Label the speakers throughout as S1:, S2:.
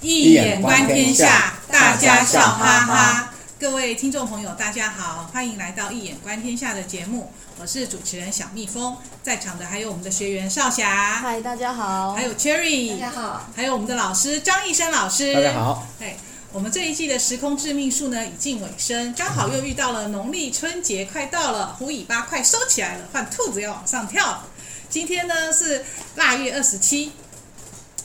S1: 一眼观天下，大家笑哈哈。各位听众朋友，大家好，欢迎来到《一眼观天下》的节目，我是主持人小蜜蜂，在场的还有我们的学员少霞，
S2: 嗨，大家好
S1: 还。有 Cherry，
S2: 大家好，
S1: 还有我们的老师张医生老师，
S3: 大家。好，
S1: 对，我们这一季的时空致命术呢已近尾声，刚好又遇到了农历春节快到了，虎尾巴快收起来了，换兔子要往上跳了。今天呢是腊月二十七，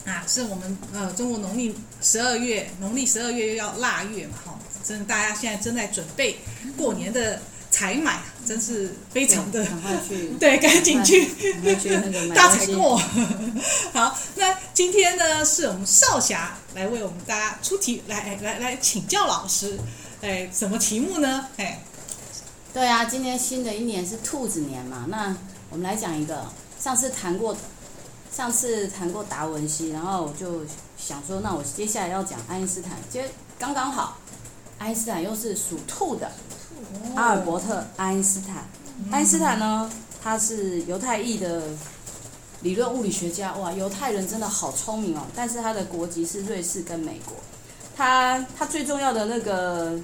S1: 啊，是我们呃中国农历十二月，农历十二月又要腊月嘛，哈、真的大家现在正在准备过年的采买啊，真是非常的
S2: 赶快去，
S1: 对，赶紧去
S2: 赶快去那个买
S1: 大
S2: 东
S1: 采
S2: 西。
S1: 购。 好，那今天呢，是我们少侠来为我们大家出题，来来来请教老师。哎，什么题目呢？哎，
S2: 对啊，今年新的一年是兔子年嘛，那我们来讲一个，上次谈过，上次谈过达文西，然后我就想说，那我接下来要讲爱因斯坦，其实刚刚好，爱因斯坦又是属兔的，阿尔伯特·爱因斯坦。爱因斯坦呢，他是犹太裔的理论物理学家，哇，犹太人真的好聪明哦。但是他的国籍是瑞士跟美国。他他最重要的那个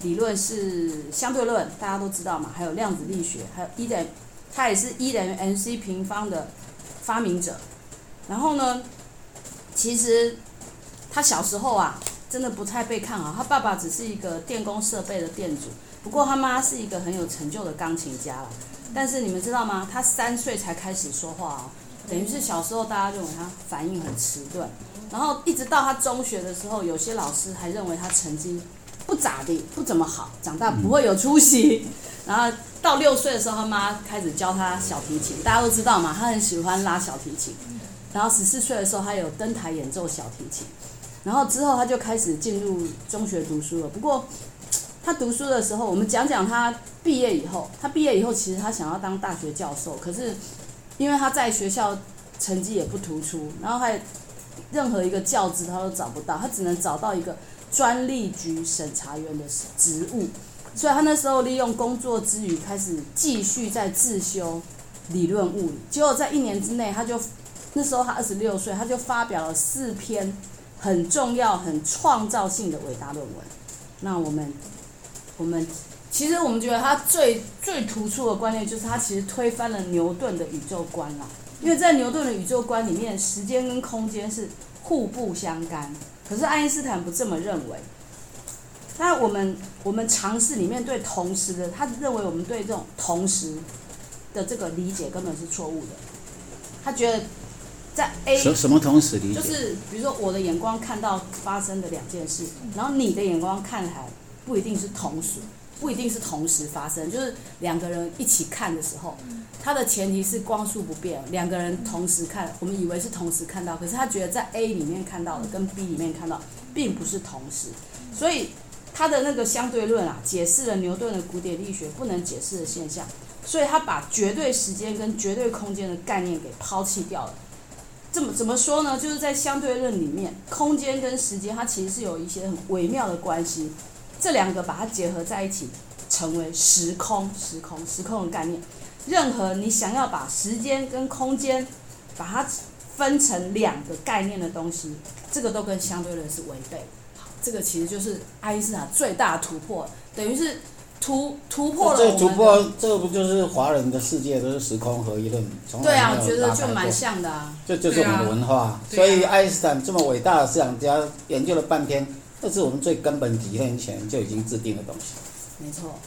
S2: 理论是相对论，大家都知道嘛，还有量子力学，还有 E 等于，他也是 E 等于 mc 平方的发明者。然后呢，其实他小时候啊，真的不太被看啊好。他爸爸只是一个电工设备的店主，不过他妈是一个很有成就的钢琴家了。但是你们知道吗？他三岁才开始说话哦，等于是小时候大家认为他反应很迟钝，然后一直到他中学的时候，有些老师还认为他成绩不咋地，不怎么好，长大不会有出息。然后到六岁的时候，他妈开始教他小提琴，大家都知道嘛，他很喜欢拉小提琴。然后十四岁的时候，他有登台演奏小提琴，然后之后他就开始进入中学读书了。不过他读书的时候，我们讲讲他毕业以后。他毕业以后，其实他想要当大学教授，可是因为他在学校成绩也不突出，然后还任何一个教职他都找不到，他只能找到一个专利局审查员的职务。所以他那时候利用工作之余，开始继续在自修理论物理。结果在一年之内，他就那时候他二十六岁，他就发表了四篇很重要、很创造性的伟大论文。那我们，我们其实我们觉得他最最突出的观念就是他其实推翻了牛顿的宇宙观啦，因为在牛顿的宇宙观里面，时间跟空间是互不相干。可是爱因斯坦不这么认为。那我们我们尝试里面对同时的，他认为我们对这种同时的这个理解根本是错误的。他觉得在 A
S3: 什什么同时理
S2: 哎就
S3: 解？
S2: 是比如说我的眼光看到发生的两件事，然后你的眼光看来不一定是同时，不一定是同时发生，就是两个人一起看的时候，它的前提是光速不变，两个人同时看，我们以为是同时看到，可是他觉得在 A 里面看到的跟 B 里面看到并不是同时，所以他的那个相对论啊，解释了牛顿的古典力学不能解释的现象，所以他把绝对时间跟绝对空间的概念给抛弃掉了。这么怎么说呢？就是在相对论里面，空间跟时间它其实是有一些很微妙的关系，这两个把它结合在一起，成为时空。时空，时空的概念，任何你想要把时间跟空间把它分成两个概念的东西，这个都跟相对论是违背。好，这个其实就是爱因斯坦最大的突破，等于是突突破了我
S3: 哦这
S2: 们
S3: 主
S2: 的
S3: 播，这不就是华人的世界都是时空合一论？从来
S2: 对啊，
S3: 没有
S2: 我觉得
S3: 打哦开
S2: 就
S3: 过
S2: 蛮像的啊。
S3: 这就是我们的文化。
S1: 对啊
S3: 所以爱因斯坦这么伟大的思想家，研究了半天，这是我们最根本几天前就已经制定的东西。
S2: 没错，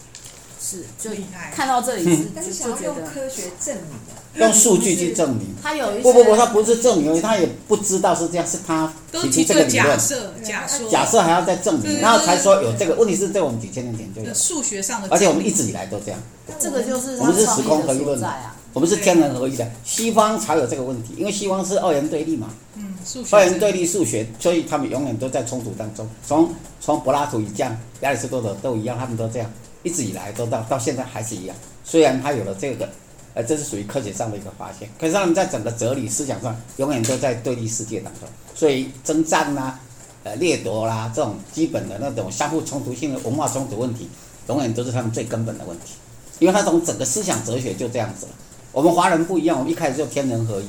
S2: 是就
S1: 厉害
S2: 看到这里是
S4: 但
S2: 就是
S4: 想
S2: 就
S4: 要
S2: 觉
S4: 用
S2: 得
S4: 科学证明的，
S3: 用数据去证明。
S2: 他有一些
S3: 不不不，他不是证明，他也不知道是这样，是他
S1: 都
S3: 提
S1: 提
S3: 出这个
S1: 出
S3: 理论
S1: 假，设、假说、
S3: 假设还要再证
S1: 对对
S3: 明，然后
S1: 对
S3: 才说有这个。问题是，这我们几千年前就有
S1: 这，数学上的，
S3: 而且我们一直以来都这样。
S2: 这个就是
S3: 我
S2: 他
S3: 们是
S2: 创
S3: 时
S2: 意
S3: 空合
S2: 的
S3: 一
S2: 所
S3: 论
S2: 在
S3: 的
S2: 啊。，
S3: 我们是天人合一的。西方才有这个问题，因为西方是二元对立嘛，
S1: 嗯数学
S3: 二元对立数学，所以他们永远都在冲突当中。从从柏拉图以降，亚里士多德都一样，他们都这样，一直以来都到到现在还是一样。虽然他有了这个，呃，这是属于科学上的一个发现，可是他们在整个哲理思想上永远都在对立世界当中，所以征战啦、呃掠夺啦、这种基本的那种相互冲突性的文化冲突问题，永远都是他们最根本的问题，因为他从整个思想哲学就这样子了。我们华人不一样，我们一开始就天人合一，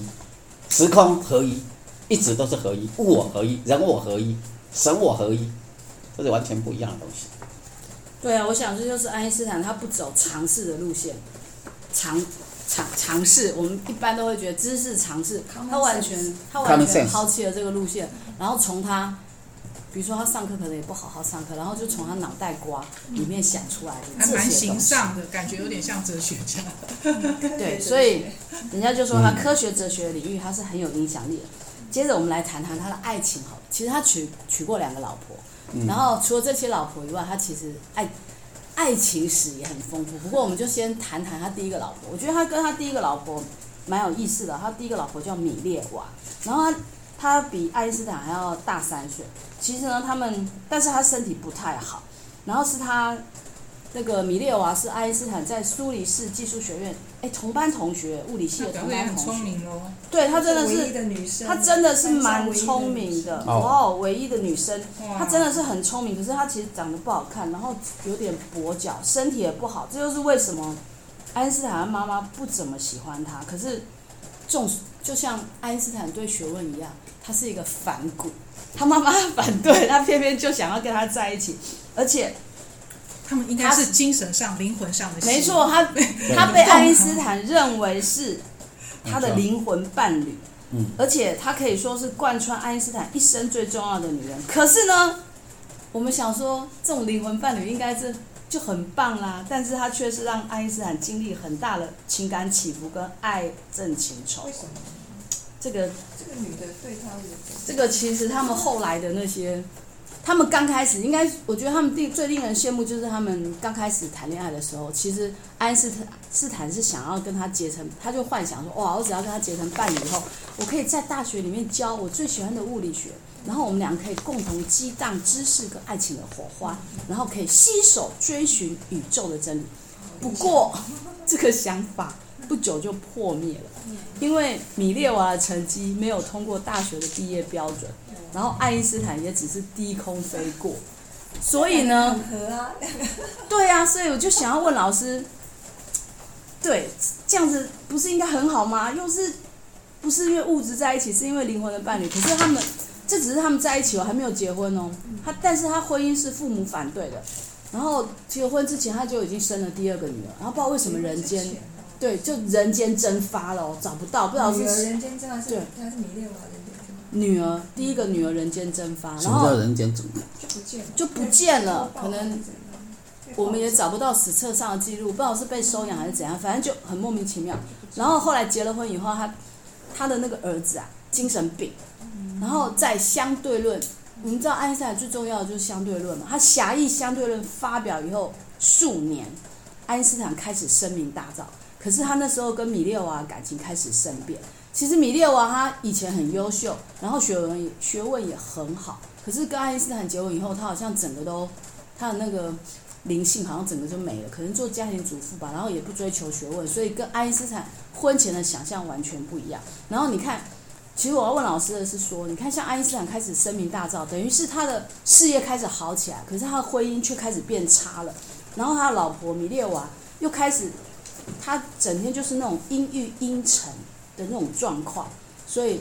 S3: 时空合一，一直都是合一，物我合一，人我合一，神我合一，这是完全不一样的东西。
S2: 对啊，我想这就是爱因斯坦他不走尝试的路线，尝尝尝试，我们一般都会觉得知识尝试，
S4: Common
S2: 他完全
S4: sense
S2: 他完
S3: Common
S2: 全
S3: sense
S2: 抛弃了这个路线，然后从他，比如说他上课可能也不好好上课，然后就从他脑袋瓜里面想出来的
S1: 还
S2: 这
S1: 蛮
S2: 些
S1: 形
S2: 东西，
S1: 上的感觉，有点像哲学家。
S2: 对，所以人家就说他科学哲学领域他是很有影响力的。接着我们来谈谈他的爱情好了，其实他娶娶过两个老婆，
S3: 嗯
S2: 然后除了这些老婆以外，他其实爱爱情史也很丰富。不过我们就先谈谈他第一个老婆，我觉得他跟他第一个老婆蛮有意思的。他第一个老婆叫米列娃，然后他他比爱因斯坦还要大三岁。其实呢，他们但是他身体不太好，然后是他那个米列娃是爱因斯坦在苏黎世技术学院哎同班同学，物理系
S1: 那
S2: 的
S1: 表
S2: 同
S1: 示也哦
S2: 班
S1: 很
S2: 同
S1: 聪
S2: 学，
S1: 明哦喽。
S2: 对嗯他真的
S4: 唯一
S2: 是。
S4: 的女生，
S2: 她真的是蛮聪明
S4: 山上唯一
S2: 的，
S4: 女生
S3: 哦
S2: 哦，唯一的女生，
S1: 哇，
S2: 她真的是很聪明，可是她其实长得不好看，然后有点跛脚，身体也不好，这就是为什么爱因斯坦的妈妈不怎么喜欢她。可是，重就像爱因斯坦对学问一样，他是一个反骨，他妈妈反对，他偏偏就想要跟他在一起，而且
S1: 他们应该是精神上、灵魂上的。
S2: 没错，，他他被爱因斯坦认为是他的灵魂伴侣，
S3: 嗯
S2: 而且他可以说是贯穿爱因斯坦一生最重要的女人。可是呢，我们想说这种灵魂伴侣应该是就很棒啦，但是他却是让爱因斯坦经历很大的情感起伏跟爱憎情仇
S4: 为。什么
S2: 这个
S4: 这个女的对她有
S2: 这个其实他们后来的那些，他们刚开始应该，我觉得他们第最令人羡慕就是他们刚开始谈恋爱的时候，其实爱因斯坦斯坦是想要跟他结成，他就幻想说，哇，我只要跟他结成伴侣以后，我可以在大学里面教我最喜欢的物理学，然后我们俩可以共同激荡知识跟爱情的火花，然后可以携手追寻宇宙的真理。不过，这个想法不久就破灭了，因为米列娃的成绩没有通过大学的毕业标准，然后爱因斯坦也只是低空飞过，所以呢，
S4: 很合啊，
S2: 对啊，所以我就想要问老师，对，这样子不是应该很好吗？又是不是因为物质在一起，是因为灵魂的伴侣？可是他们这只是他们在一起哦，还没有结婚哦。他但是他婚姻是父母反对的，然后结婚之前他就已经生了第二个女儿，然后不知道为什么人间对就人间蒸发了哦，找不到，不知道
S4: 女儿
S2: 是
S4: 人间真的是
S2: 对，
S4: 她是迷恋我人间真的
S2: 女儿第一个女儿人间蒸发，
S3: 什
S2: 然
S3: 么
S2: 后
S3: 叫人间主义？
S4: 就不见了，
S2: 就不见了
S4: 被
S2: 可能
S4: 被
S2: 我们也找不到史册上的记录，不知道是被收养还是怎样，反正就很莫名其妙。然后后来结了婚以后，他他的那个儿子啊，精神病，然后在相对论，我们知道爱因斯坦最重要的就是相对论嘛，他狭义相对论发表以后数年，爱因斯坦开始声名大噪，可是他那时候跟米列娃感情开始生变。其实米列娃她以前很优秀，然后学文学问也很好，可是跟爱因斯坦结婚以后，她好像整个都她的那个灵性好像整个就没了，可能做家庭主妇吧，然后也不追求学问，所以跟爱因斯坦婚前的想象完全不一样。然后你看，其实我要问老师的是说，你看像爱因斯坦开始声名大噪，等于是他的事业开始好起来，可是他的婚姻却开始变差了。然后他的老婆米列娃又开始，他整天就是那种阴郁阴沉的那种状况，所以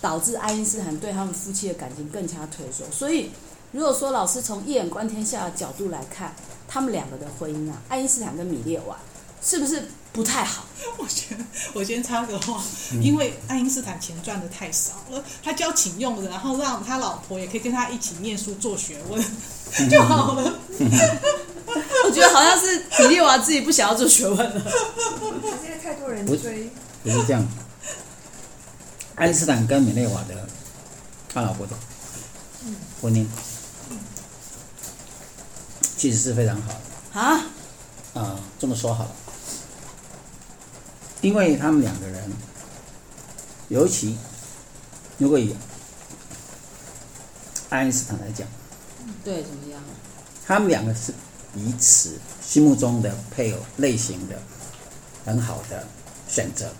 S2: 导致爱因斯坦对他们夫妻的感情更加退缩。所以如果说老师从一眼观天下的角度来看，他们两个的婚姻啊，爱因斯坦跟米列娃是不是不太好？
S1: 我觉得我先插个话，
S3: 嗯
S1: 因为爱因斯坦钱赚的太少了，他交请用人，然后让他老婆也可以跟他一起念书做学问 就好了。
S3: 嗯
S2: 我觉得好像是米列娃自己不想要做学问了。
S4: 可是因为太多人
S3: 不
S4: 追，
S3: 不是这样。爱因斯坦跟米内瓦的他老婆的婚姻，其实是非常好的。
S2: 啊，
S3: 啊、这么说好了，因为他们两个人，尤其如果以爱因斯坦来讲，
S2: 对，怎么样？
S3: 他们两个是彼此心目中的配偶类型的很好的选择，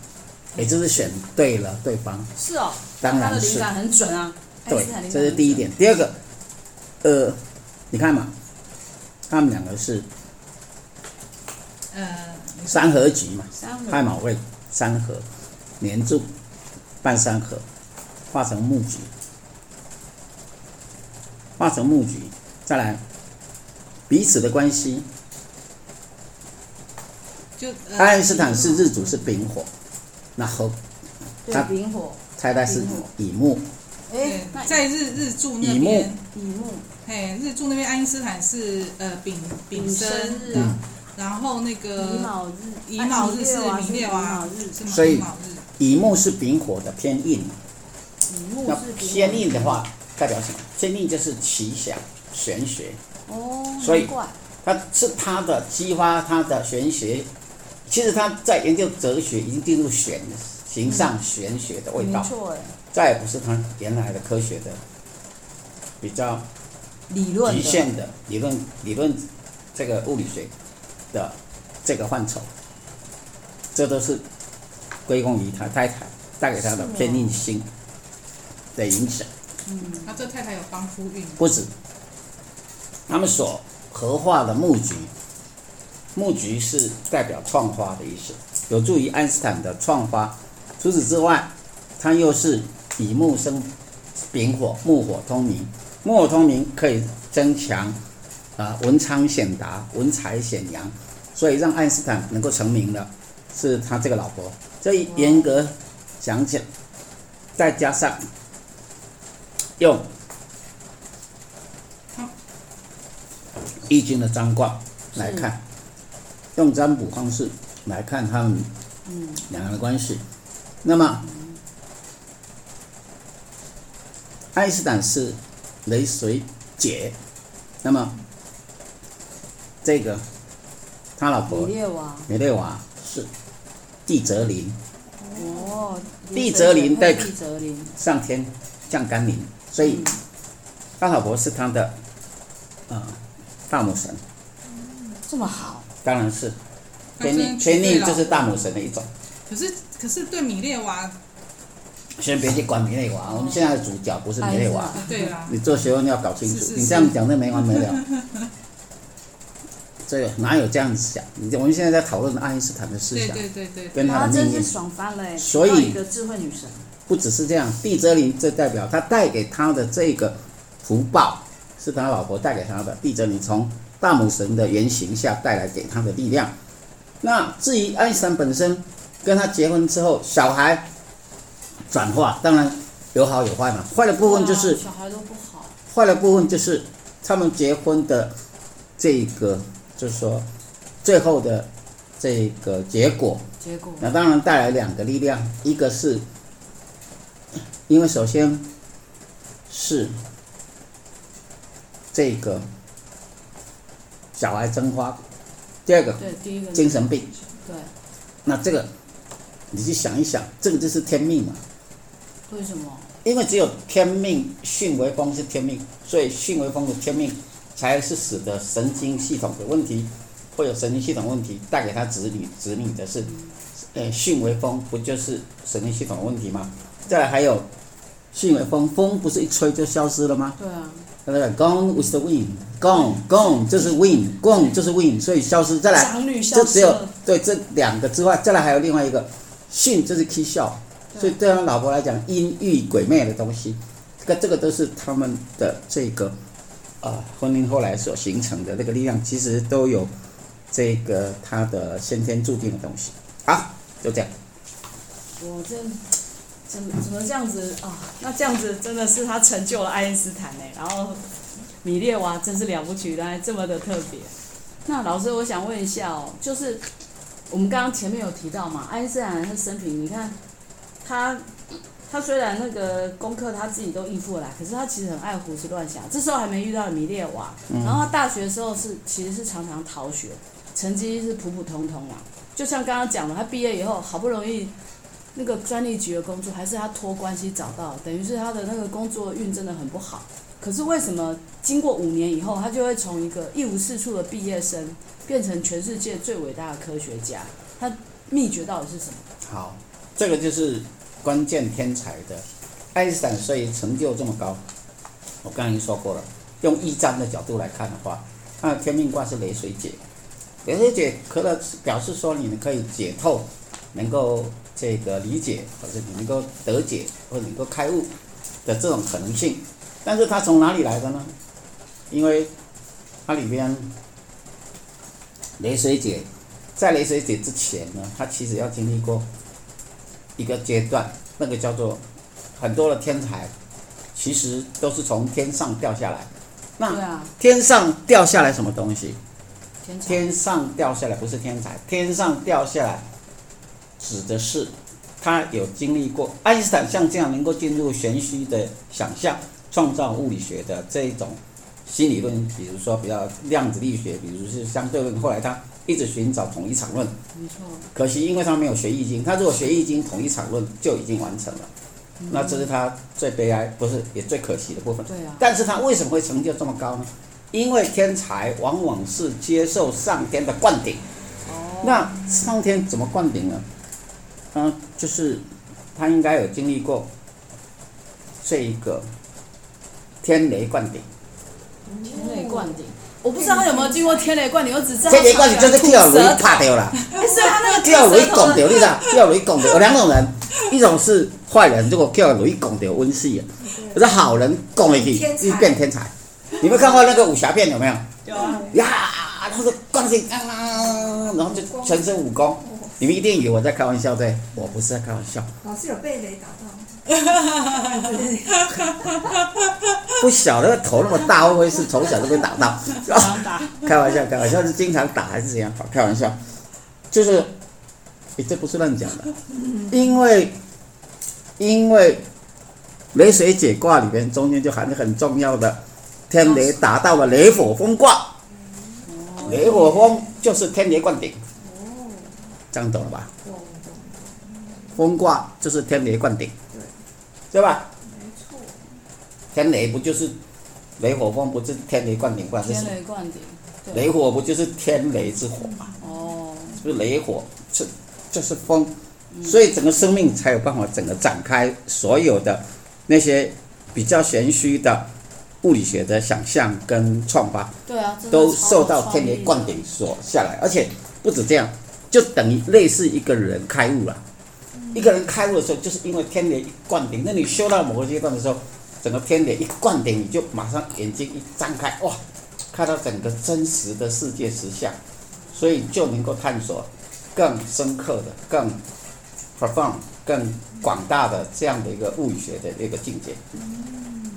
S3: 也就是选对了对方。
S2: 是哦，
S3: 当
S2: 他的
S3: 然
S2: 灵
S3: 是
S2: 感很准啊。爱因
S3: 对
S2: 斯坦，灵感
S3: 这是
S2: 很
S3: 第一
S2: 准
S3: 点。第二个，呃，你看嘛，他们两个是
S1: 呃，
S3: 三合局嘛，
S2: 三合
S3: 亥卯未三合，年柱半三合，化成木菊，化成木菊，再来彼此的关系。
S1: 就呃
S3: 爱因斯坦是日主是丙火，那和
S2: 对
S3: 它
S2: 丙火，
S3: 太太是乙木，
S2: 哎
S1: 对，
S2: 那
S1: 在日日柱那
S3: 乙木
S1: 边，
S2: 乙木
S1: 嘿，日柱那边爱因斯坦是呃丙丙申
S2: 日
S1: 的，
S2: 啊，呃
S1: 然后那
S2: 嗯乙
S1: 个
S2: 卯日，
S1: 乙卯日是
S2: 啊
S1: 明
S2: 乙
S1: 六啊
S2: 卯日，
S1: 是吗？
S3: 所以
S1: 乙卯日
S3: 乙木是丙火的偏印，
S2: 乙木
S3: 那
S2: 是丙
S3: 偏印的话代表什么？偏印就是奇想、玄学，
S2: 哦，
S3: 所以
S2: 难怪
S3: 它是它的激发它的玄学。其实他在研究哲学已经进入玄形上玄学的味
S2: 没
S3: 道，
S2: 错哎，
S3: 再也不是他原来的科学的比较
S2: 理论
S3: 局
S2: 的
S3: 限的理论理论这个物理学的这个范畴，这都是归功于他太太带给他
S2: 啊
S3: 的偏印心的影响，
S1: 他这太太有帮夫运，
S3: 不止他们所合画的木菊，木菊是代表创花的意思，有助于爱因斯坦的创花。除此之外，它又是以木生丙火，木火通明，木火通明可以增强啊、文昌显达，文采显扬，所以让爱因斯坦能够成名的是他这个老婆。这一严格讲讲，再加上用
S1: 好
S3: 易经的占卦来
S2: 是
S3: 看，用占卜方式来看他们
S2: 嗯
S3: 两个人的关系。那么，爱因斯坦是雷水解，那么这个他老
S2: 理
S3: 婆
S2: 列啊，
S3: 梅列娃是地泽林
S2: 哦，
S3: 地泽林
S2: 对
S3: 代
S2: 地泽林，
S3: 上天降甘霖，所以他老婆是他的呃大母神，
S2: 这么好，
S3: 当然是
S1: 他
S3: 天
S1: 啊真
S3: 命
S1: 的
S3: 天
S1: 对
S3: 命
S1: 老
S3: 就是
S1: 婆
S3: 大母神的一种。
S1: 可是可是对米啊列娃，
S3: 先别去管米内 娃，我们现在的主角不是米内娃
S2: 哎。是啊
S1: 呃对 啦，
S3: 你做学问要搞清楚，
S1: 是是
S3: 你
S1: 是
S3: 这样讲那没完没了。 这个哪有这样子想？你我们现在在讨论爱因斯坦的思
S1: 对
S3: 想
S1: 对啊对对对，
S3: 跟他
S2: 哇，
S3: 的
S2: 真
S3: 命
S2: 是
S3: 运，
S2: 爽翻了哎，
S3: 所以
S2: 娶到一个智慧女神，
S3: 不只是这样。地泽林这代表他带给他的这个福报，是他老婆带给他的。地泽林从大母神的原型下带来给他的力量。那至于爱因斯坦本身，跟他结婚之后，小孩转化，当然有好有坏嘛。坏的部分就是
S2: 哇小孩都不好，
S3: 坏的部分就是他们结婚的这个，就是说最后的这个结果，
S2: 结果
S3: 那当然带来两个力量，一个是因为首先是这个小孩争花，第二个
S2: 对第一个
S3: 精神病，
S2: 对，
S3: 那这个你去想一想，这个就是天命嘛。
S2: 为什么？
S3: 因为只有天命，巽为风是天命，所以巽为风的天命才是使得神经系统的问题，会有神经系统问题带给他子女子女的是，呃，巽为风不就是神经系统的问题吗？再来还有巽为风，风不是一吹就消失了吗？
S2: 对啊，
S3: 对不对？Gone with the wind，gone gone 就是 wind，gone 就是 wind，所以消失。再来，
S2: 长女消
S3: 这只
S2: 失
S3: 有
S2: 了，
S3: 对这两个之外，再来还有另外一个巽，就是 k 笑。所以对他老婆来讲，阴郁鬼魅的东西，这个这个都是他们的这个呃婚姻后来所形成的那个力量，其实都有这个他的先天注定的东西。好，就这样。
S5: 我这怎么怎么这样子啊？那这样子真的是他成就了爱因斯坦呢、然后米列娃真是了不起，原来这么的特别。那老师，我想问一下哦，就是我们刚刚前面有提到嘛，爱因斯坦的生平，你看他他虽然那个功课他自己都应付得来，可是他其实很爱胡思乱想。这时候还没遇到米列娃，然后他大学的时候是其实是常常逃学，成绩是普普通通啦。啊就像刚刚讲的，他毕业以后好不容易那个专利局的工作，还是他托关系找到，等于是他的那个工作运真的很不好。可是为什么经过五年以后，他就会从一个一无是处的毕业生，变成全世界最伟大的科学家？他秘诀到底是什么？
S3: 好，这个就是关键天才的爱因斯坦，所以成就这么高。我刚才已经说过了，用易占的角度来看的话，那天命卦是雷水解，雷水解可能表示说你可以解透，能够这个理解，或者你能够得解，或者能够开悟的这种可能性。但是它从哪里来的呢？因为它里边雷水解，在雷水解之前呢，它其实要经历过一个阶段，那个叫做很多的天才，其实都是从天上掉下来。
S2: 对
S3: 那
S2: 啊，
S3: 天上掉下来什么东西？
S2: 天才
S3: 天上掉下来不是天才，天上掉下来指的是他有经历过爱因斯坦像这样能够进入玄虚的想象，创造物理学的这一种新理论，比如说比较量子力学，比如是相对论。后来他一直寻找统一场论，
S2: 没错，
S3: 可惜因为他没有学易经，他如果学易经，统一场论就已经完成了。那这是他最悲哀，不是也最可惜的部分。
S2: 对啊，
S3: 但是他为什么会成就这么高呢？因为天才往往是接受上天的灌顶。
S4: 哦
S3: 那上天怎么灌顶呢？嗯、就是他应该有经历过这一个天雷灌顶。
S2: 天雷灌顶。我不知道他有没有经过天雷灌顶，我只知道
S3: 天雷灌顶就是跳雷
S2: 蛇
S3: 打掉了，
S5: 哎，所以他那个
S3: 跳
S5: 吐
S3: 雷
S5: 舌头
S3: 拱
S5: 的，
S3: 掉，你知道？跳雷拱掉有两种人，一种是坏人，如果跳雷拱掉温室；可是好人拱了去，
S4: 嗯天才
S3: 就变天才。你们看过那个武侠片有没有？
S5: 有啊，
S3: 呀，他说灌顶啊，然后就全身武功。你们一定以为我在开玩笑，对我不是在开玩笑，
S4: 老是有被雷打到。
S3: 不晓得头那么大会不会是从小就被打到？
S5: 想打，
S3: 开玩笑，开玩笑是经常打还是怎样？好，开玩笑，就是，诶，这不是乱讲的，因为，因为雷水解卦里边中间就含着很重要的天雷达到了雷火风卦，雷火风就是天雷灌顶，这样懂了吧？
S4: 懂懂，
S3: 风卦就是天雷灌顶，对吧？
S4: 没错。
S3: 天雷不就是雷火风不是天雷灌顶，不然是什
S2: 天
S3: 么？
S2: 雷灌顶。对
S3: 雷火不就是天雷之火吗？
S2: 哦，
S3: 是雷火，是就是风，所以整个生命才有办法整个展开所有的那些比较玄虚的物理学的想象跟创发，
S2: 对啊，真的
S3: 都
S2: 超
S3: 受
S2: 有
S3: 到
S2: 创
S3: 天
S2: 意
S3: 雷
S2: 的
S3: 灌顶所下来，而且不止这样，就等于类似一个人开悟了、啊
S2: 嗯
S3: 一个人开悟的时候，就是因为天雷一灌顶，那你修到某个阶段的时候，整个天雷一灌顶，你就马上眼睛一张开，哇，看到整个真实的世界实相，所以就能够探索更深刻的、更 profound、更广大的这样的一个物理学的一个境界，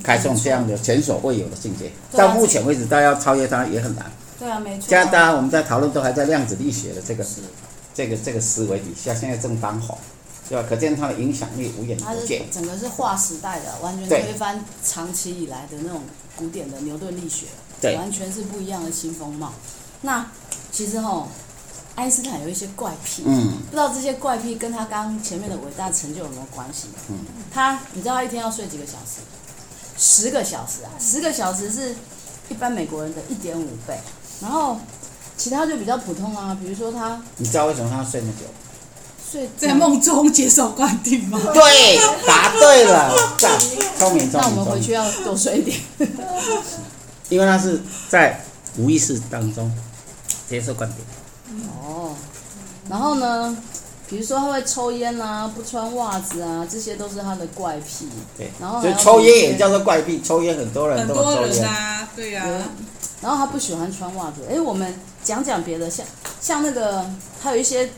S3: 开创这样的前所未有的境界。
S2: 对啊
S3: 到目前为止，大家要超越它也很难。
S2: 对啊，没错。
S3: 现在大家我们在讨论都还在量子力学的这个这个这个思维底下，现在正当红，对吧？可见它的影响力无远
S2: 它
S3: 不
S2: 是
S3: 见。
S2: 整个是划时代的，完全
S3: 对
S2: 推翻长期以来的那种古典的牛顿力学，
S3: 对
S2: 完全是不一样的新风貌。那其实哦，爱因斯坦有一些怪癖，
S3: 嗯，
S2: 不知道这些怪癖跟他刚前面的伟大成就有没有关系？嗯，他你知道他一天要睡几个小时？十个小时啊，十个小时是一般美国人的一点五倍。然后其他就比较普通啊，比如说他
S3: 你知道为什么他睡那么久？
S2: 睡
S1: 在梦中接受灌顶吗？
S3: 对，答对了，这样聪明聪
S2: 那我
S3: 明聪
S2: 们回
S3: 明
S2: 去。要多睡一点。
S3: 因为他是在无意识当中接受观点。
S2: 哦，然后呢，比如说他会抽烟啊，不穿袜子啊，这些都是他的怪癖。
S3: 对，
S2: 然后还
S3: 所以抽
S2: 有
S3: 烟也叫做怪癖，抽烟很多人
S1: 很
S3: 都有
S1: 多
S3: 抽
S1: 人
S3: 烟。
S1: 啊，对呀、
S2: 对
S1: 啊，
S2: 然后他不喜欢穿袜子。哎，我们讲讲别的，像像那个，还有一些，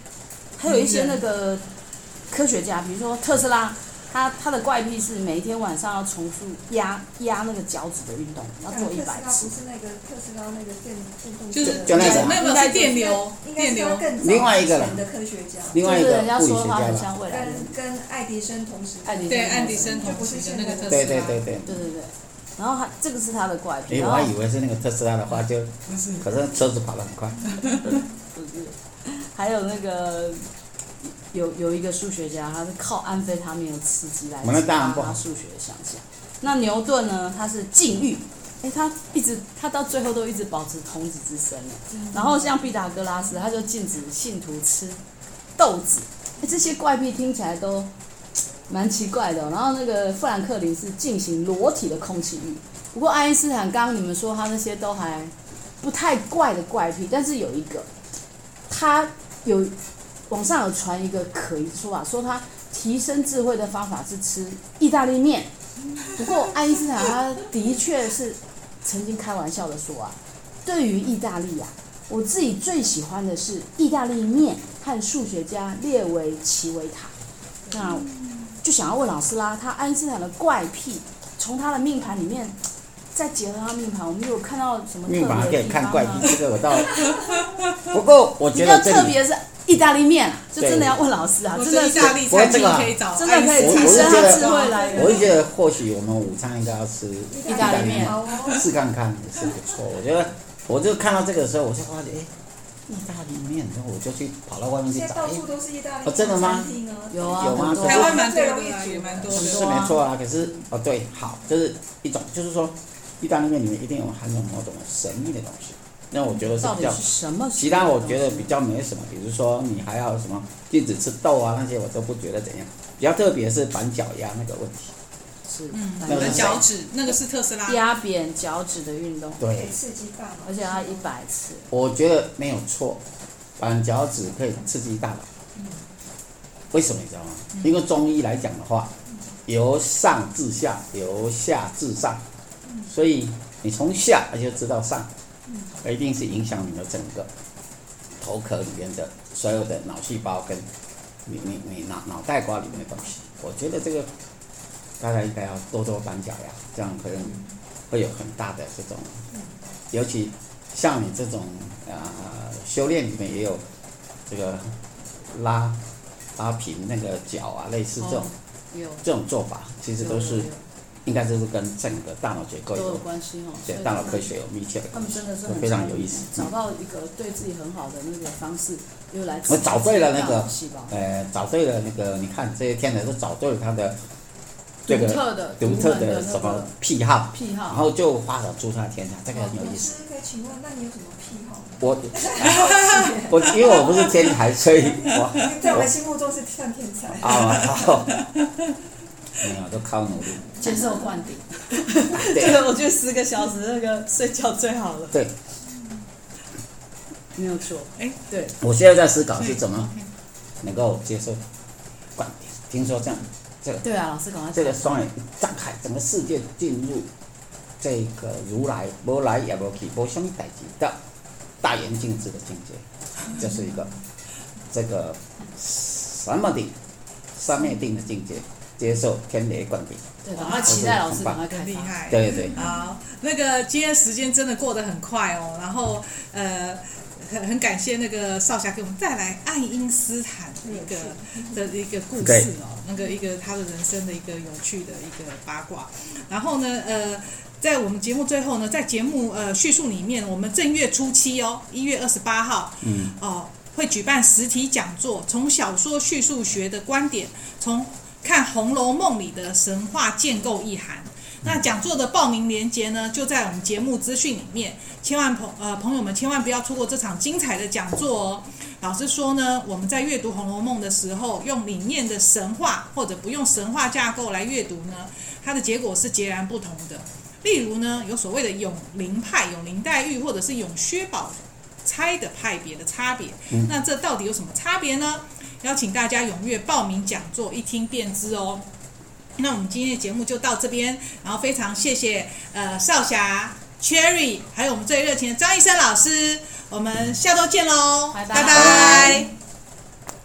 S2: 还有一些
S1: 名
S2: 那
S1: 人
S2: 个科学家，比如说特斯拉，他他的怪癖是每一天晚上要重复压压那个脚趾的运动，要
S4: 但
S2: 做
S4: 特
S2: 一
S4: 斯
S2: 百
S4: 拉不
S2: 次。
S4: 是那个特斯拉那个电电动车，
S1: 就是
S3: 就那个
S1: 没有没有
S2: 应该
S1: 是电流，
S4: 应该
S1: 电
S4: 是他
S1: 流
S4: 更早
S3: 另外一个人
S4: 之前的科学家，
S3: 另
S2: 就
S3: 外一
S2: 是
S3: 个
S2: 人家
S3: 物理
S2: 说
S3: 学
S2: 他
S3: 家
S2: 很
S3: 吧，
S2: 像未来人，
S4: 跟跟爱迪生同时
S2: 爱迪生
S1: 对
S2: 那种
S1: 爱迪生
S4: 就
S1: 同
S4: 不
S1: 时
S4: 是
S1: 的
S4: 现
S1: 那
S4: 在
S1: 个
S4: 的
S1: 特啊
S3: 对
S1: 斯
S3: 对
S2: 啊
S1: 拉，
S3: 对对。
S2: 对对对。然后他这个是他的怪癖，
S3: 诶，
S2: 然
S3: 我
S2: 后
S3: 还以为是那个特斯拉的话，就
S1: 不是
S3: 可是车子跑得很快。
S2: 还有那个有有一个数学家，他是靠安非他命的刺激来
S3: 我那
S2: 激
S3: 当然
S2: 发
S3: 不好
S2: 他数学的想象。那牛顿呢，他是禁欲，哎，他一直他到最后都一直保持童子之身哎。然后像毕达哥拉斯，他就禁止信徒吃豆子，哎，这些怪癖听起来都蛮奇怪的哦、然后那个富兰克林是进行裸体的空气浴，不过爱因斯坦刚刚你们说他那些都还不太怪的怪癖，但是有一个他有，网上有传一个可疑说法，说他提升智慧的方法是吃意大利面。不过爱因斯坦他的确是曾经开玩笑的说啊，对于意大利啊，我自己最喜欢的是意大利面和数学家列维奇维塔。那就想要问老师啦，他爱因斯坦的怪癖，从他的命盘里面，再结合他命盘，我们有看到什么特别
S3: 密码
S2: 的
S3: 可
S2: 地
S3: 以
S2: 方
S3: 看
S2: 吗
S3: 怪癖，这个我倒。 不过我
S2: 比
S3: 觉
S2: 较
S3: 得这
S2: 特
S3: 里，
S2: 别的是意大利面啊，就
S3: 对
S2: 真的要问老师啊，
S1: 或
S2: 真
S1: 者
S2: 的
S1: 意
S2: 是
S1: 大利
S3: 不过
S1: 餐
S3: 这
S1: 厅
S3: 个啊
S1: 可以找
S2: 真的可以
S3: 我
S2: 提
S3: 我是
S1: 啊
S2: 升
S3: 觉
S2: 他
S3: 得
S2: 智慧来
S3: 我
S2: 源。
S3: 是觉得或许我们午餐应该要吃
S2: 意大利面
S4: 好哦，
S3: 试看看也是不错。我觉得我就看到这个的时候，我就发现，哎，意大利面，然后我就去跑到外面去
S4: 哦现在
S3: 找，
S4: 到
S3: 哎，
S4: 处都是意大利
S3: 哦真的吗
S4: 餐厅啊，
S2: 有啊，
S3: 有吗
S2: 很多
S1: 台
S2: 啊
S1: 湾蛮多的啊，也蛮多
S3: 是
S1: 的。
S3: 是没错啊。可是哦，对，好，这是一种，就是说意大利面里面一定有含有某种神秘的东西。那我觉得是
S2: 到
S3: 比
S2: 底
S3: 较
S2: 是什么？
S3: 其他我觉得比较没什么，比如说你还要什么禁止吃豆啊那些，我都不觉得怎样。比较特别是板脚丫那个问题，
S2: 是
S1: 嗯，
S2: 反
S1: 你的
S2: 正
S1: 脚趾那个是特斯拉，
S2: 压扁脚趾的运动，
S4: 可
S3: 对
S4: 以，刺激大脑，
S2: 而且要一百次。
S3: 我觉得没有错，板脚趾可以刺激大脑。
S2: 嗯
S3: 为什么你知道吗？因为中医来讲的话，由上至下，由下至上，所以你从下就知道上，一定是影响你的整个头壳里面的所有的脑细胞跟你你你脑脑袋瓜里面的东西。我觉得这个大家应该要多多板脚呀，这样可能会有很大的这种，尤其像你这种啊、呃修炼里面也有这个拉拉平那个脚啊，类似这种、
S2: 哦有
S3: 这种做法，其实都是
S2: 有
S3: 应该就是跟整个大脑结构
S2: 有都有
S3: 有
S2: 关系哦。
S3: 对
S2: 所以
S3: 大脑科学有密切的
S2: 他
S3: 关
S2: 们
S3: 系
S2: 真的是很
S3: 非常有意思
S2: 找到一个对自己很好的那个方式，又来
S3: 我找对了那个
S2: 细胞，
S3: 呃，找对了那个，你看这些天才都找对了他的这
S2: 独
S3: 个
S2: 特的
S3: 独特
S2: 门的
S3: 的
S2: 那
S3: 什么
S2: 个
S3: 癖好，
S2: 癖
S3: 然
S2: 好。
S3: 后就发展出他的天才，这个很有
S4: 老
S3: 意思。
S4: 师可以请问，那你有什么癖 好吗？
S3: 我我因为我不是天才，所以我
S4: 在我的心目中是算天才，
S3: 啊，好，没有，都靠努力。
S2: 接受灌顶，
S5: 这
S3: 对
S5: 个我觉得十个小时那个睡觉最好了，
S3: 对，
S5: 没有错。
S1: 哎，
S5: 对，
S3: 我现在在思考是怎么能够接受观点。听说这样，
S2: 对啊，老师赶快
S3: 这个双眼一张开，整个世界进入这个如来，无来也无去，无什么代志的大圆镜智的境界， 这是一个这个什么定，三昧定的境界，接受天雷灌顶。
S2: 对，赶快期待老师赶快开
S1: 很厉
S2: 发。
S1: 害。
S3: 对对对，
S1: 好，那个今天时间真的过得很快哦，然后呃。很很感谢那个少侠给我们带来爱因斯坦一
S4: 嗯
S1: 个的一个故事哦，那个一个他的人生的一个有趣的一个八卦。然后呢，呃，在我们节目最后呢，在节目呃叙述里面，我们正月初七哦，一月二十八号，
S3: 嗯，
S1: 哦，会举办实体讲座，从小说叙述学的观点，从看《红楼梦》里的神话建构意涵。那讲座的报名链接呢，就在我们节目资讯里面，千万朋呃朋友们千万不要错过这场精彩的讲座哦。老师说呢，我们在阅读《红楼梦》的时候，用里面的神话或者不用神话架构来阅读呢，它的结果是截然不同的。例如呢，有所谓的永陵派、永陵黛玉或者是永薛宝钗的派别的差别，那这到底有什么差别呢？邀请大家踊跃报名讲座，一听便知哦。那我们今天的节目就到这边，然后非常谢谢呃少侠、Cherry，还有我们最热情的张医生老师，我们下周见喽，
S2: 拜拜
S1: 拜拜